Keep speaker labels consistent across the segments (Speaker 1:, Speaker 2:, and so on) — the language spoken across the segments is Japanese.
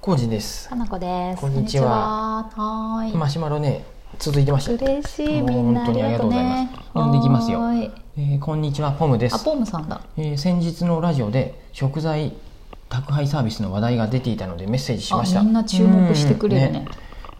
Speaker 1: コウジです
Speaker 2: かなこです。
Speaker 1: こんにちは
Speaker 2: こんにちは。は
Speaker 1: マシュマロね続いてまし
Speaker 2: ーい。
Speaker 1: た、
Speaker 2: 嬉しい。
Speaker 1: もう
Speaker 2: みんなあ
Speaker 1: 本当に
Speaker 2: り
Speaker 1: ありが
Speaker 2: がと
Speaker 1: とう
Speaker 2: う
Speaker 1: ござい
Speaker 2: ね
Speaker 1: ます。呼んできますよ
Speaker 2: はーい
Speaker 1: えーこんにちはポムで
Speaker 2: あ、
Speaker 1: す、
Speaker 2: ポームさんだ。
Speaker 1: えー先日のラジオで食材宅配サービスの話題が出ていたのでメッセージしました
Speaker 2: あ、みんな注目してくれるね。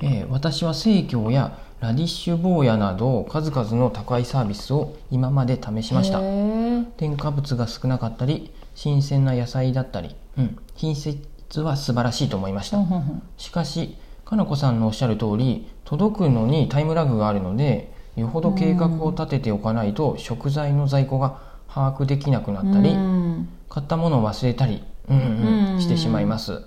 Speaker 1: うんねえー私は生協やラディッシュ坊やなど数々の宅配サービスを今まで試しました
Speaker 2: へー
Speaker 1: 添加物が少なかったり新鮮な野菜だったり、うん、品質は素晴らしいと思いました、
Speaker 2: うんうんうん
Speaker 1: しかしかなこさんのおっしゃる通り届くのにタイムラグがあるのでよほど計画を立てておかないと食材の在庫が把握できなくなったり、
Speaker 2: うん
Speaker 1: 買ったものを忘れたり、うんうん
Speaker 2: うん
Speaker 1: してしまいます、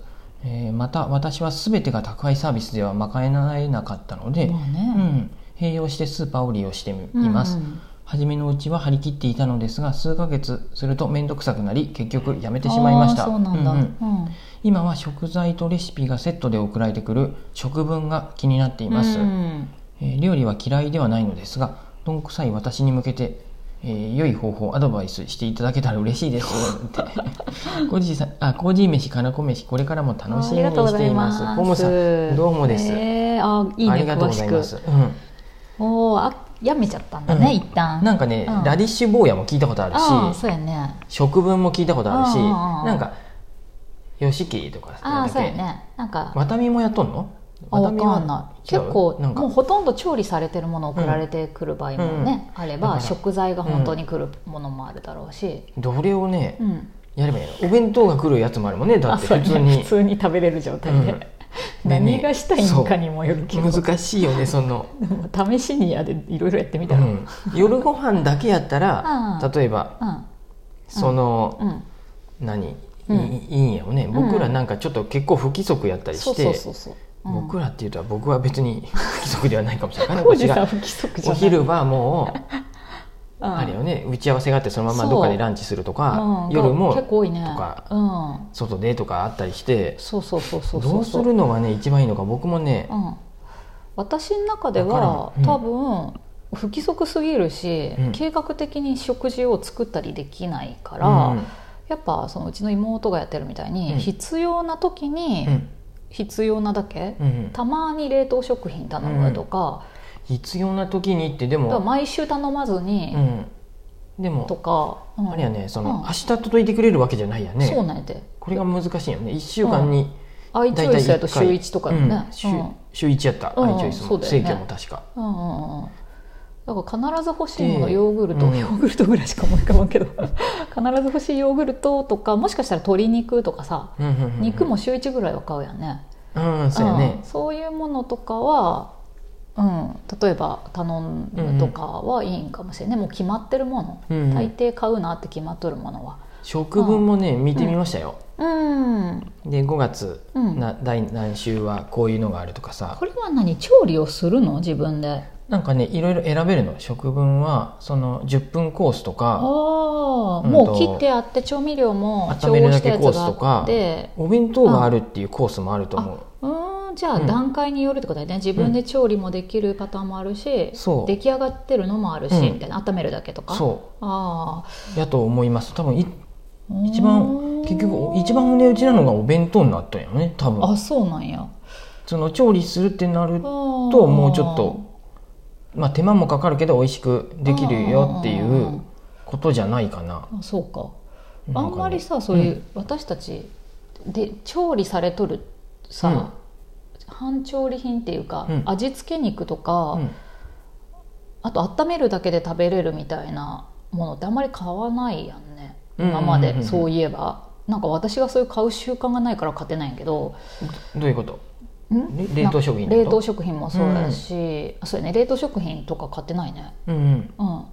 Speaker 1: えーまた私は全てが宅配サービスでは賄えなかったので、
Speaker 2: まあ
Speaker 1: う
Speaker 2: ね。
Speaker 1: ん、併用してスーパーを利用しています、
Speaker 2: うんうん
Speaker 1: 初めのうちは張り切っていたのですが数ヶ月すると面倒くさくなり結局やめてしまいました
Speaker 2: あーそうなんだ。
Speaker 1: う
Speaker 2: うん
Speaker 1: うん
Speaker 2: ん
Speaker 1: 今は食材とレシピがセットで送られてくる食文が気になっています、
Speaker 2: うん
Speaker 1: えー料理は嫌いではないのですがどんくさい私に向けて、えー良い方法アドバイスしていただけたら嬉しい ですってコージーさんあコージー飯かなこ飯これからも楽しみにしています
Speaker 2: ありがと
Speaker 1: ポ
Speaker 2: うご
Speaker 1: ム
Speaker 2: ざ
Speaker 1: さ
Speaker 2: い
Speaker 1: んどうもです、
Speaker 2: へーあ、いい
Speaker 1: あり
Speaker 2: ね。
Speaker 1: がとう
Speaker 2: 詳
Speaker 1: ござ
Speaker 2: し
Speaker 1: い
Speaker 2: く
Speaker 1: ます、。うん
Speaker 2: おお、あ、やめちゃったんだね。
Speaker 1: うん
Speaker 2: 一旦。
Speaker 1: なんかね、
Speaker 2: うん
Speaker 1: ラディッシュ坊やも聞いたことあるし
Speaker 2: あー、そうやね。
Speaker 1: 食文も聞いたことあるし
Speaker 2: うんうんうんうん
Speaker 1: なんかヨシキとか
Speaker 2: あ
Speaker 1: な
Speaker 2: あ、
Speaker 1: んだ
Speaker 2: そ
Speaker 1: っ
Speaker 2: う
Speaker 1: け
Speaker 2: やね。なんか。
Speaker 1: ワタミもやっとんのワ
Speaker 2: あ
Speaker 1: タ
Speaker 2: わ
Speaker 1: ミは
Speaker 2: かんない
Speaker 1: 違う
Speaker 2: 結構
Speaker 1: なんか
Speaker 2: もうほとんど調理されてるもの送られてくる場合もね、あれ
Speaker 1: だか
Speaker 2: ば
Speaker 1: ら
Speaker 2: 食材が本当に来るものもあるだろうし、
Speaker 1: どれをね、
Speaker 2: うん
Speaker 1: やればいいのお弁当が来るやつもあるもんねだ
Speaker 2: あ
Speaker 1: って
Speaker 2: そう
Speaker 1: 普
Speaker 2: ね
Speaker 1: 通に
Speaker 2: 普通に食べれる状態で、
Speaker 1: うんで
Speaker 2: 何がしたいのかにもよるけど、
Speaker 1: 難しいよねそ の、
Speaker 2: でも試しにやでいろいろやってみ
Speaker 1: う
Speaker 2: たら、うん
Speaker 1: ん、夜ご飯だけやったら
Speaker 2: うん
Speaker 1: 例えばその、何、
Speaker 2: うん
Speaker 1: いいいんやよね
Speaker 2: ん
Speaker 1: 僕らなんかちょっと結構不規則やったり
Speaker 2: そう
Speaker 1: し
Speaker 2: そう
Speaker 1: て
Speaker 2: そうそう、うん、
Speaker 1: 僕らっていうとは僕は別に 不規則ではないかもしれない
Speaker 2: 浩二 さん
Speaker 1: が
Speaker 2: 不規則じゃ
Speaker 1: お
Speaker 2: ない、
Speaker 1: 昼はもう
Speaker 2: うん
Speaker 1: あれよね打ち合わせがあってそのままどっかでランチすると
Speaker 2: う
Speaker 1: か
Speaker 2: ん
Speaker 1: 夜も
Speaker 2: 結構多いね
Speaker 1: とか
Speaker 2: うん、
Speaker 1: 外でとかあったりして
Speaker 2: そうそうそうそうそう
Speaker 1: どうするのがね一番いいのか僕もね
Speaker 2: うん、私の中で
Speaker 1: わ
Speaker 2: は、
Speaker 1: からん
Speaker 2: 多分不規則すぎるし、
Speaker 1: うん
Speaker 2: 計画的に食事を作ったりできないから、
Speaker 1: うん
Speaker 2: やっぱそのうちの妹がやってるみたいに、
Speaker 1: うん
Speaker 2: 必要な時に
Speaker 1: うん
Speaker 2: 必要なだけ、
Speaker 1: うん
Speaker 2: たまに冷凍食品頼むとか,、
Speaker 1: 必要な時にってで
Speaker 2: だから
Speaker 1: も
Speaker 2: 毎週頼まずに
Speaker 1: うんで
Speaker 2: と
Speaker 1: も
Speaker 2: か、うん
Speaker 1: あれやねそ
Speaker 2: うん
Speaker 1: の明日届いてくれるわけじゃないや
Speaker 2: そ
Speaker 1: ね
Speaker 2: うなんやで
Speaker 1: これが難しいよね1週間に
Speaker 2: アイチョイスやと週
Speaker 1: 大体一回
Speaker 2: 1とかだよね、
Speaker 1: うん週
Speaker 2: うん
Speaker 1: 週1やった
Speaker 2: うん
Speaker 1: アイチョイス
Speaker 2: そ
Speaker 1: も
Speaker 2: うだよね
Speaker 1: 生協も確か
Speaker 2: うんうんうんだから必ず欲しいもの
Speaker 1: で
Speaker 2: ヨーグルト、
Speaker 1: うん
Speaker 2: ヨーグルトぐらいしか思い浮かばんけど 必ず欲しいヨーグルトとかもしかしたら鶏肉とかさ
Speaker 1: うんうんうん
Speaker 2: 肉も週1ぐらいは買うやんね,、
Speaker 1: うんそうやね
Speaker 2: んそういうものとかは、うん、例えば頼むとかはいいんかもしれない、もう決まってるもの、
Speaker 1: うんうん
Speaker 2: 大抵買うなって決まっとるものは
Speaker 1: 食分もね見てみましたよ
Speaker 2: うん
Speaker 1: で5月
Speaker 2: うん
Speaker 1: な第何週はこういうのがあるとかさ
Speaker 2: これは何調理をするの自分で
Speaker 1: なんかねいろいろ選べるの食分はその10分コースと
Speaker 2: ああ
Speaker 1: か
Speaker 2: ー、
Speaker 1: うんと
Speaker 2: もう切ってあって調味料も
Speaker 1: 温
Speaker 2: 調
Speaker 1: める
Speaker 2: 合
Speaker 1: だ
Speaker 2: した
Speaker 1: け
Speaker 2: やつ
Speaker 1: コースと
Speaker 2: があ
Speaker 1: か
Speaker 2: って
Speaker 1: お弁当があるっていうコースもあると思う
Speaker 2: うーんじゃあ
Speaker 1: うん
Speaker 2: 段階によるってことだよね、自分で調理もできるパターンもあるし、
Speaker 1: そう
Speaker 2: 出来上がってるのもあるし、
Speaker 1: うん
Speaker 2: みたいな温めるだけとか
Speaker 1: そ
Speaker 2: あ
Speaker 1: うやと思います多分い
Speaker 2: ー
Speaker 1: 一
Speaker 2: う
Speaker 1: 番
Speaker 2: ーん
Speaker 1: 結局一番お値打ちなのがお弁当になったんよね多
Speaker 2: あ
Speaker 1: 分
Speaker 2: そうなんや
Speaker 1: その調理するってなると
Speaker 2: と
Speaker 1: もうちょっとまあ手間もかかるけど美味しくできるよっていうことじゃないかな
Speaker 2: あそうか
Speaker 1: なか
Speaker 2: あ
Speaker 1: ね
Speaker 2: んまりさそういう、私たちで調理されとるさ、半調理品っていうか、
Speaker 1: うん
Speaker 2: 味付け肉とか、
Speaker 1: うん
Speaker 2: あと温めるだけで食べれるみたいなものってあんまり買わないやんね
Speaker 1: うんうんうん
Speaker 2: 今
Speaker 1: うん
Speaker 2: までそういえばなんか私がそういう買う習慣がないから買ってないんやけど
Speaker 1: どういうこと
Speaker 2: ん
Speaker 1: れ冷凍食品ってこ
Speaker 2: 冷
Speaker 1: と
Speaker 2: 凍食品もそうやし、あそうやね冷凍食品とか買ってないね
Speaker 1: うんうん
Speaker 2: うん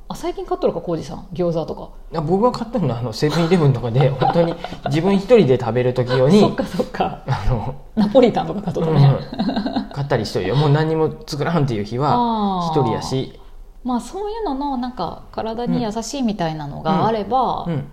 Speaker 2: あ最近買っとるか浩二さん餃子とか
Speaker 1: あ僕が買ったのはあのセブンイレブンとかで本当に自分一人で食べる時用
Speaker 2: そっ
Speaker 1: に
Speaker 2: かそっ か
Speaker 1: あの、
Speaker 2: ナポリタンとか買っとっ
Speaker 1: う
Speaker 2: た
Speaker 1: ん
Speaker 2: ね、
Speaker 1: うん 買ったりしとるよもう何にも作らんっていう日は
Speaker 2: あー
Speaker 1: 一人やし
Speaker 2: まあそういうののなんか体に優しいみたいなのがあれば、
Speaker 1: うん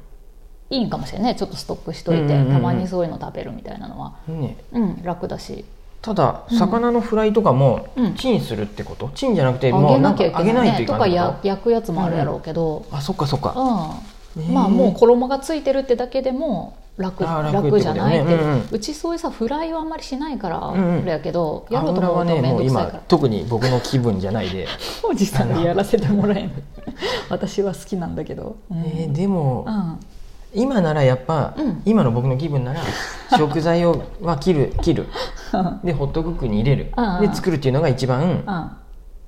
Speaker 2: いいんかもしれないねちょっとストックしといて、
Speaker 1: うんうんうんうん
Speaker 2: たまにそういうの食べるみたいなのは、
Speaker 1: ね
Speaker 2: うん、楽だし
Speaker 1: ただ
Speaker 2: うん
Speaker 1: 魚のフライとかも
Speaker 2: うん
Speaker 1: チンするってこと、チンじゃなくて
Speaker 2: あ
Speaker 1: も
Speaker 2: げ
Speaker 1: うな
Speaker 2: なん
Speaker 1: か
Speaker 2: きゃいけ
Speaker 1: 揚げ
Speaker 2: な
Speaker 1: ないいと
Speaker 2: ね
Speaker 1: い
Speaker 2: と
Speaker 1: か
Speaker 2: か
Speaker 1: ん
Speaker 2: や
Speaker 1: の
Speaker 2: 焼くやつもあるやろうけど、
Speaker 1: あそっかそっ
Speaker 2: う
Speaker 1: か、
Speaker 2: ん
Speaker 1: ねえ
Speaker 2: まあもう衣がついてるってだけでも楽
Speaker 1: あー
Speaker 2: 楽
Speaker 1: 楽
Speaker 2: じゃない
Speaker 1: っ
Speaker 2: ってて
Speaker 1: ことだよねうんうん
Speaker 2: うちそういうさフライはあんまりしないからあ
Speaker 1: うんうん
Speaker 2: れやけど、やろうと
Speaker 1: 油
Speaker 2: 思
Speaker 1: は
Speaker 2: うと
Speaker 1: ね
Speaker 2: 面
Speaker 1: もう
Speaker 2: 倒くさい
Speaker 1: 今
Speaker 2: から、
Speaker 1: 特に僕の気分じゃないで、
Speaker 2: おじさ
Speaker 1: あ
Speaker 2: んに
Speaker 1: の
Speaker 2: やらせてもらえない 私は好きなんだけど、うん
Speaker 1: えーでも、
Speaker 2: うん
Speaker 1: 今ならやっぱ、
Speaker 2: うん
Speaker 1: 今の僕の気 分なら食材をは切る切るでホットクックに入れる
Speaker 2: うんうん
Speaker 1: で作るっていうのが一番
Speaker 2: うん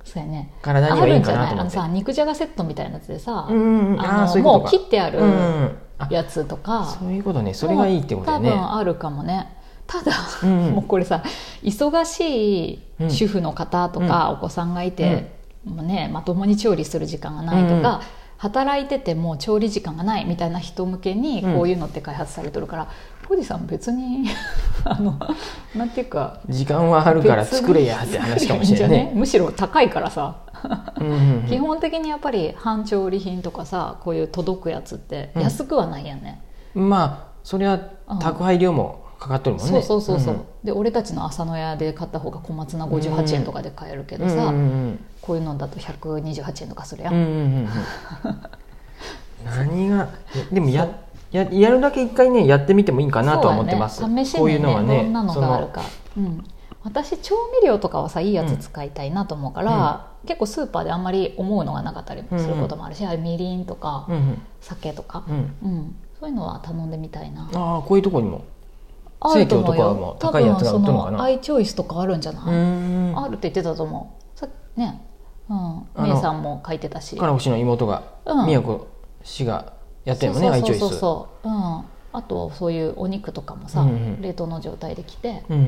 Speaker 2: そうやね
Speaker 1: 体に
Speaker 2: あ
Speaker 1: はいい
Speaker 2: るん
Speaker 1: ん
Speaker 2: じ
Speaker 1: か
Speaker 2: ゃ
Speaker 1: な
Speaker 2: ない
Speaker 1: と思
Speaker 2: あの
Speaker 1: って
Speaker 2: さ肉じゃがセットみたいなやつでさ、
Speaker 1: うんうんうん
Speaker 2: あ
Speaker 1: あー
Speaker 2: の
Speaker 1: そういうこと
Speaker 2: もう
Speaker 1: か
Speaker 2: 切ってある
Speaker 1: うんうんうんあ
Speaker 2: やつとか、
Speaker 1: そういうことねそれがいいってことだよ
Speaker 2: もう
Speaker 1: ね
Speaker 2: 多分あるかもねただ、
Speaker 1: うんうん
Speaker 2: もうこれさ忙しい主婦の方とか、お子さんがいて、もうね、まともに調理する時間がないとか、
Speaker 1: うん
Speaker 2: 働いてても調理時間がないみたいな人向けに
Speaker 1: うん
Speaker 2: こういうのって開発されてるから、小路さん別に あのなんていうか
Speaker 1: 時間はあるから作れやって話かもしれない
Speaker 2: 別に作れんじゃ
Speaker 1: ね
Speaker 2: むしろ高いからさ
Speaker 1: うんうんうん
Speaker 2: 基本的にやっぱり半調理品とかさこういう届くやつって
Speaker 1: うん
Speaker 2: 安くはないやんね、
Speaker 1: まあそれは
Speaker 2: うん
Speaker 1: 宅配料もかかっとるもんね
Speaker 2: そうそうそうそう、
Speaker 1: ん
Speaker 2: で俺たちの朝の屋で買った方が小松菜58円とかで買えるけど
Speaker 1: うん
Speaker 2: さ、
Speaker 1: うんうん
Speaker 2: こういうのだと128円とかするやん、
Speaker 1: うんうんうんうん 何がえでもやややるだけ一回ねやってみてもいいかなとは思ってます、
Speaker 2: そうやね試しにね
Speaker 1: こういうのはね
Speaker 2: どんなの
Speaker 1: そ
Speaker 2: があるか、うん、私調味料とかはさいいやつ使いたいなと思うから、結構スーパーであんまり思うのがなかったりもすることもあるし、あれみりんとか、
Speaker 1: うんうん
Speaker 2: 酒とか
Speaker 1: う、ん
Speaker 2: うん、そういうのは頼んでみたいな
Speaker 1: ああこういうとこにも
Speaker 2: あると思
Speaker 1: 生協と
Speaker 2: う
Speaker 1: か
Speaker 2: よ
Speaker 1: も高いやつが売ってるのかな
Speaker 2: 多分そアイチョイスとかあるんじゃ
Speaker 1: う
Speaker 2: ない、
Speaker 1: ーん
Speaker 2: あるって言ってたと思うさねうん
Speaker 1: の
Speaker 2: メイさんも書いてたし
Speaker 1: から星の妹が
Speaker 2: うん
Speaker 1: 宮子氏がやってるのねアイチョイス
Speaker 2: そうそうそうそう、うん、あとそういうお肉とかもさ、
Speaker 1: うんうん
Speaker 2: 冷凍の状態で来て、
Speaker 1: うん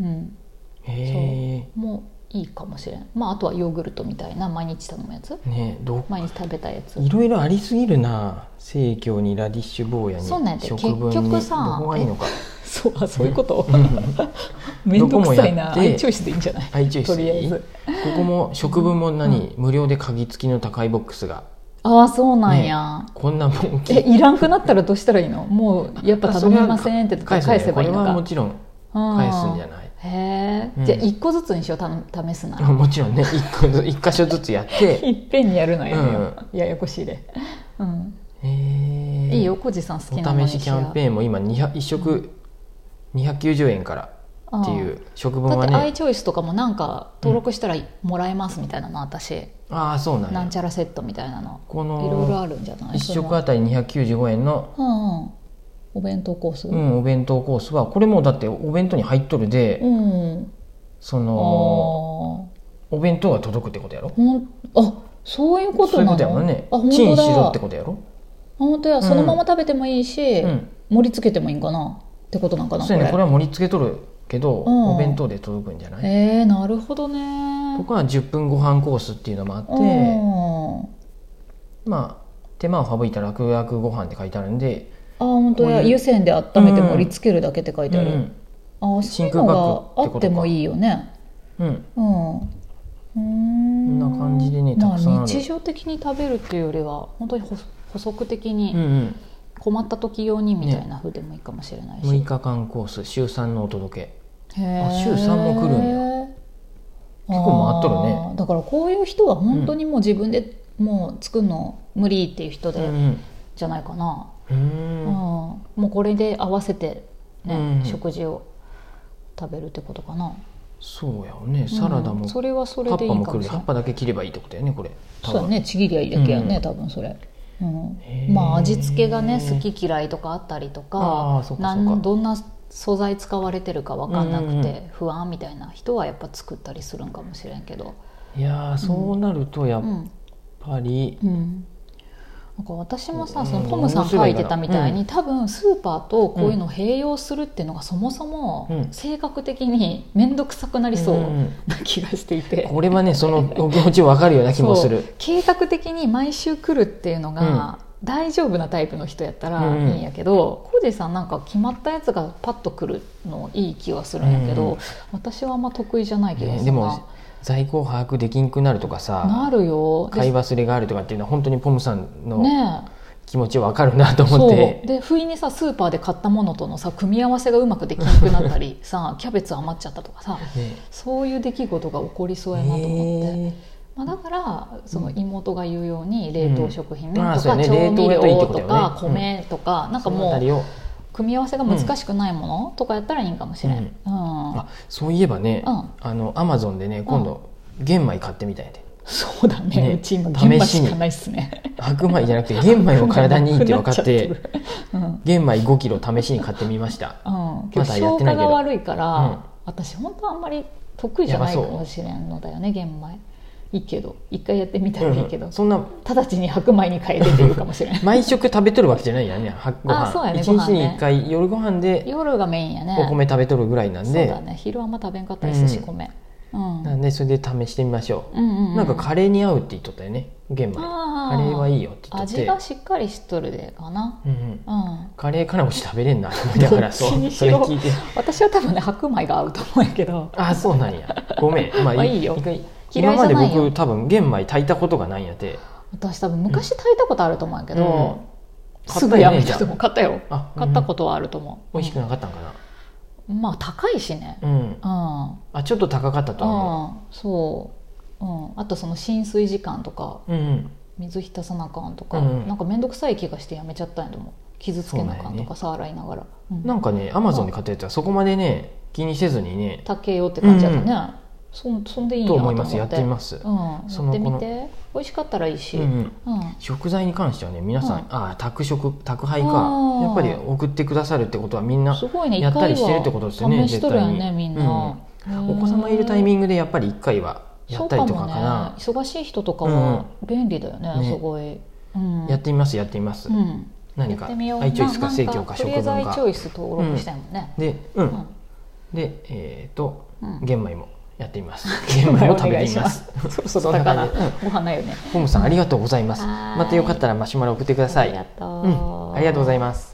Speaker 1: うん
Speaker 2: うん、
Speaker 1: へ
Speaker 2: もういいかもしれん、まあ、あとはヨーグルトみたいな毎日頼むやつ
Speaker 1: えねえどう
Speaker 2: 毎日食べたやつ
Speaker 1: いろいろありすぎるな生協にラディッシュ坊やに
Speaker 2: そうなんやて
Speaker 1: 食文に
Speaker 2: 結局さ
Speaker 1: どこがいいのか
Speaker 2: そうあそういうこと
Speaker 1: うん
Speaker 2: めんどくさいな
Speaker 1: どこもやって
Speaker 2: アイチョイスでいいんじゃない
Speaker 1: アイチョイス
Speaker 2: とりあえず
Speaker 1: ここも食文も何、無料で鍵付きの高いボックスが
Speaker 2: ああそうなんや、
Speaker 1: こんなもん
Speaker 2: えいらんくなったらどうしたらいいのもうやっぱ頼みませんって返せばいい
Speaker 1: こ
Speaker 2: の
Speaker 1: れは
Speaker 2: か
Speaker 1: もちろん
Speaker 2: うん
Speaker 1: 返すんじゃない
Speaker 2: へえ、
Speaker 1: うん
Speaker 2: じゃあ1個ずつにしようたの試すなら
Speaker 1: もちろんね一個ず一箇所ずつやって
Speaker 2: いっぺんにやるのやめよう、ややこしいで、うん、
Speaker 1: へえ
Speaker 2: いいよこじさん好きな
Speaker 1: お試しキャンペ
Speaker 2: ー
Speaker 1: ーンも今200一食290円から
Speaker 2: ン
Speaker 1: っていう食分
Speaker 2: だっ
Speaker 1: は
Speaker 2: てアイ
Speaker 1: ね
Speaker 2: チョイスとかもなんか登録したらもらえますみたいなの私、
Speaker 1: ああそうなん
Speaker 2: な
Speaker 1: や
Speaker 2: んちゃらセットみたいなの
Speaker 1: こ
Speaker 2: いろいろ
Speaker 1: の
Speaker 2: あるんじゃな
Speaker 1: 1
Speaker 2: い
Speaker 1: 食あたり295円の、
Speaker 2: そのうんうんお弁当コース
Speaker 1: う
Speaker 2: うん、
Speaker 1: ん、お弁当コースはこれもだってお弁当に入っとるで、そ
Speaker 2: あ
Speaker 1: の
Speaker 2: ー
Speaker 1: お弁当が届くってことやろ
Speaker 2: ほんあそういうこと
Speaker 1: そういうこ
Speaker 2: なの
Speaker 1: とやもんね
Speaker 2: あ本
Speaker 1: チ
Speaker 2: 当
Speaker 1: ンしろ
Speaker 2: だ
Speaker 1: ってことやろ
Speaker 2: 本当やそのまま食べてもいいし、
Speaker 1: うん
Speaker 2: 盛り付けてもいいんかなってことなんかな
Speaker 1: そうやねこれは盛り付けとるけど
Speaker 2: うん
Speaker 1: お弁当で届くんじゃない
Speaker 2: えー、なるほどね
Speaker 1: 僕は10分ご飯コースっていうのもあって
Speaker 2: うん
Speaker 1: まあ手間を省いた楽々ご飯って書いてあるんで
Speaker 2: あー本当
Speaker 1: こ
Speaker 2: や
Speaker 1: ういう
Speaker 2: 湯煎で温めて盛り付けるだけって書いてある、
Speaker 1: うん
Speaker 2: あーそうい
Speaker 1: 真
Speaker 2: う
Speaker 1: 空パ
Speaker 2: の
Speaker 1: ックっ
Speaker 2: があ
Speaker 1: てことか
Speaker 2: ってもいいよね
Speaker 1: うん
Speaker 2: うんうーん
Speaker 1: こんな感じでねたくさんある
Speaker 2: まあ、日常的に食べるっていうよりは本当に補補足的
Speaker 1: うんう
Speaker 2: に
Speaker 1: ん
Speaker 2: 困った時用にみたいな風でもいいかもしれないし、
Speaker 1: 6日間コース週3のお届け
Speaker 2: へー
Speaker 1: あ週三も来るん結構回っとるね
Speaker 2: あーだからこういう人は本当にもう自分でもう作るの無理っていう人で、
Speaker 1: うん
Speaker 2: じゃないかな、
Speaker 1: う
Speaker 2: うん
Speaker 1: ん
Speaker 2: もうこれで合わせて、ね
Speaker 1: うん
Speaker 2: 食事を食べるってことかな
Speaker 1: そうやよねサラダ
Speaker 2: う
Speaker 1: も
Speaker 2: んそれはそ
Speaker 1: 葉
Speaker 2: れ
Speaker 1: っ
Speaker 2: で
Speaker 1: ぱ
Speaker 2: いいか
Speaker 1: も来
Speaker 2: も
Speaker 1: る
Speaker 2: し
Speaker 1: し
Speaker 2: れな
Speaker 1: 葉
Speaker 2: い
Speaker 1: っぱだけ切ればいいってことやねこれ多
Speaker 2: そうだ
Speaker 1: 分
Speaker 2: ねちぎりゃいいだけやね、
Speaker 1: うん
Speaker 2: 多分それ、うん
Speaker 1: へー
Speaker 2: まあ味付けがね好き嫌いとかあったりと
Speaker 1: あ
Speaker 2: か
Speaker 1: ーそうか
Speaker 2: な
Speaker 1: そうか
Speaker 2: んどんな素材使われてるか分かんなくて不安みたいな人はやっぱ作ったりするんかもしれんけど
Speaker 1: いやーそうなるとやっ
Speaker 2: うん
Speaker 1: ぱり
Speaker 2: うんなんか私もさ
Speaker 1: うん
Speaker 2: そのトムさん書いてたみたいに、
Speaker 1: う
Speaker 2: 多分スーパーとこういうのを併用するっていうのがそもそも
Speaker 1: うん
Speaker 2: 性格的に面倒くさくなりそう
Speaker 1: うん
Speaker 2: な気がしていて、
Speaker 1: これはね そのお気持ち分かるような気もする
Speaker 2: そう計画的に毎週来るっていうのが大丈夫なタイプの人やったら
Speaker 1: う
Speaker 2: い
Speaker 1: ん
Speaker 2: いんやけど、コージーさんなんか決まったやつがパッと来るのいい気はするんやけど、
Speaker 1: うん
Speaker 2: 私はあんま得意じゃないけど、
Speaker 1: ねでも在庫を把握できんくなるとか
Speaker 2: な
Speaker 1: さ
Speaker 2: るよで
Speaker 1: 買い忘れがあるとかっていうのは本当にポムさんの
Speaker 2: ねえ
Speaker 1: 気持ち分かるなと思
Speaker 2: そ
Speaker 1: っ
Speaker 2: う
Speaker 1: て、
Speaker 2: で不意にさスーパーで買ったものとのさ組み合わせがうまくできなくなっ たりさキャベツ余っちゃったとかさ
Speaker 1: ね
Speaker 2: そういう出来事が起こりそうやなと思って。
Speaker 1: え
Speaker 2: まあ、だからその妹が言うように冷凍食品と
Speaker 1: うんあ
Speaker 2: か
Speaker 1: あ
Speaker 2: 調
Speaker 1: そうやね冷凍
Speaker 2: 味
Speaker 1: だといいってこ
Speaker 2: 料
Speaker 1: ととだよね
Speaker 2: か
Speaker 1: うん
Speaker 2: 米とかなん
Speaker 1: そ
Speaker 2: か
Speaker 1: のあ
Speaker 2: も
Speaker 1: た
Speaker 2: う
Speaker 1: りを
Speaker 2: 組み合わせが難しくないもの、とかやったらいいんかもしれん、
Speaker 1: う
Speaker 2: うんん
Speaker 1: あそういえばね、
Speaker 2: うん
Speaker 1: あのアマゾンでね今度、玄米買ってみたいで
Speaker 2: そうだね
Speaker 1: ね
Speaker 2: うち今
Speaker 1: 試しに
Speaker 2: 現場しかないっすね
Speaker 1: 白米じゃなくて玄米も体にいいって分かって
Speaker 2: なくなちゃってるうん
Speaker 1: 玄米5キロ試しに買ってみました
Speaker 2: うん、
Speaker 1: まだやっ
Speaker 2: 消
Speaker 1: てない
Speaker 2: 化
Speaker 1: けど
Speaker 2: が悪いから、
Speaker 1: うん
Speaker 2: 私本当あんまり得意じゃないかもしれんのだよね玄米いいけど一回やってみたらいいけど、
Speaker 1: うんそんな
Speaker 2: 直ちに白米に変えてっていうかもし れん
Speaker 1: 毎食食べとるわけじゃないやねはご
Speaker 2: あそう
Speaker 1: 飯
Speaker 2: やね
Speaker 1: 一、日
Speaker 2: ご飯
Speaker 1: に
Speaker 2: ね
Speaker 1: 1回夜ご飯で
Speaker 2: 夜がメインやね
Speaker 1: お米食べとるぐらいなん
Speaker 2: そう
Speaker 1: で、
Speaker 2: だね昼はあんま食べんかったりしたし、
Speaker 1: うん
Speaker 2: 米、うん、
Speaker 1: なんでそれで試してみましょう、
Speaker 2: うんうんうん
Speaker 1: なんかカレーに合うって言っとったよね玄米カ
Speaker 2: あ
Speaker 1: レーはい
Speaker 2: い
Speaker 1: いよって言っとって
Speaker 2: 味がしっかりしとるでかな
Speaker 1: うんうん、
Speaker 2: うん
Speaker 1: カレーからもち食べれんなと思いながら
Speaker 2: どっち
Speaker 1: そう
Speaker 2: に
Speaker 1: そ
Speaker 2: し
Speaker 1: れ
Speaker 2: ろ
Speaker 1: 聞いて
Speaker 2: 私は多分ね白米が合うと思うんやけど
Speaker 1: あそうなんやごめんまあ
Speaker 2: まあいいよ
Speaker 1: 一回
Speaker 2: 嫌
Speaker 1: 今
Speaker 2: いじ
Speaker 1: ま
Speaker 2: ゃ
Speaker 1: で
Speaker 2: ないよ
Speaker 1: 僕多分玄米炊いたことがないんやて
Speaker 2: 私多分昔炊いたことあると思うんやけど、
Speaker 1: うん
Speaker 2: すぐやめ
Speaker 1: 買ったよねじゃ
Speaker 2: た
Speaker 1: あ
Speaker 2: と思う買ったよ
Speaker 1: あ
Speaker 2: 買ったことはあると思う、
Speaker 1: 美味しくなかったんかな
Speaker 2: うんまあ高いしね
Speaker 1: うん、
Speaker 2: うん、うん、
Speaker 1: あちょっと高かったとは思
Speaker 2: そう、うん、あとその浸水時間とか
Speaker 1: ううんうん
Speaker 2: 水浸さなあかんとか、
Speaker 1: うんうん
Speaker 2: なんか面倒くさい気がしてやめちゃったんやと思う傷つけなあかんとかさ、洗いながら、うん、
Speaker 1: なんかねアマゾンで買ったやつはそこまでね気にせずにね
Speaker 2: 竹よって感じやったね、
Speaker 1: うん
Speaker 2: そんそんでいいんや
Speaker 1: と
Speaker 2: と思
Speaker 1: 思い
Speaker 2: って
Speaker 1: ますやってみます、
Speaker 2: うん、や
Speaker 1: その
Speaker 2: ってみ
Speaker 1: こ
Speaker 2: て美味しかったらいいし、
Speaker 1: うん
Speaker 2: うん
Speaker 1: うん食材に関してはね皆さん、
Speaker 2: うん
Speaker 1: あ宅食宅配か
Speaker 2: あー
Speaker 1: やっぱり送ってくださるってことはみんな
Speaker 2: すごいね
Speaker 1: や
Speaker 2: 一
Speaker 1: ったり
Speaker 2: 回は
Speaker 1: してるってことですよね
Speaker 2: 試しとるよ
Speaker 1: 絶対
Speaker 2: ね
Speaker 1: に
Speaker 2: みんな、
Speaker 1: お子様いるタイ
Speaker 2: ング
Speaker 1: ミングでやっぱり1回はやったりとかかな
Speaker 2: そうかもね、忙しい人とかは便利だよね、
Speaker 1: うんね
Speaker 2: すごい、うん、
Speaker 1: やってみますやってみます、
Speaker 2: うん
Speaker 1: 何
Speaker 2: や
Speaker 1: か
Speaker 2: ってみよう
Speaker 1: 愛チョイスか
Speaker 2: な
Speaker 1: 正教か
Speaker 2: と
Speaker 1: 食
Speaker 2: りあえ
Speaker 1: 文
Speaker 2: ずアイチ
Speaker 1: か
Speaker 2: ョイス登録したいもんね、
Speaker 1: でうん、
Speaker 2: うん
Speaker 1: でえっ、と、
Speaker 2: うん
Speaker 1: 玄米もやってみ ます玄米も食べてみます
Speaker 2: お願いしそろそろ
Speaker 1: んな
Speaker 2: だ
Speaker 1: 感
Speaker 2: から
Speaker 1: じでうん
Speaker 2: ご飯ないよね
Speaker 1: ホムさんありがとうございます
Speaker 2: はーい
Speaker 1: またよかったらマシュマロ送ってくださ
Speaker 2: あ
Speaker 1: い
Speaker 2: りがとう、
Speaker 1: うんありがとうございます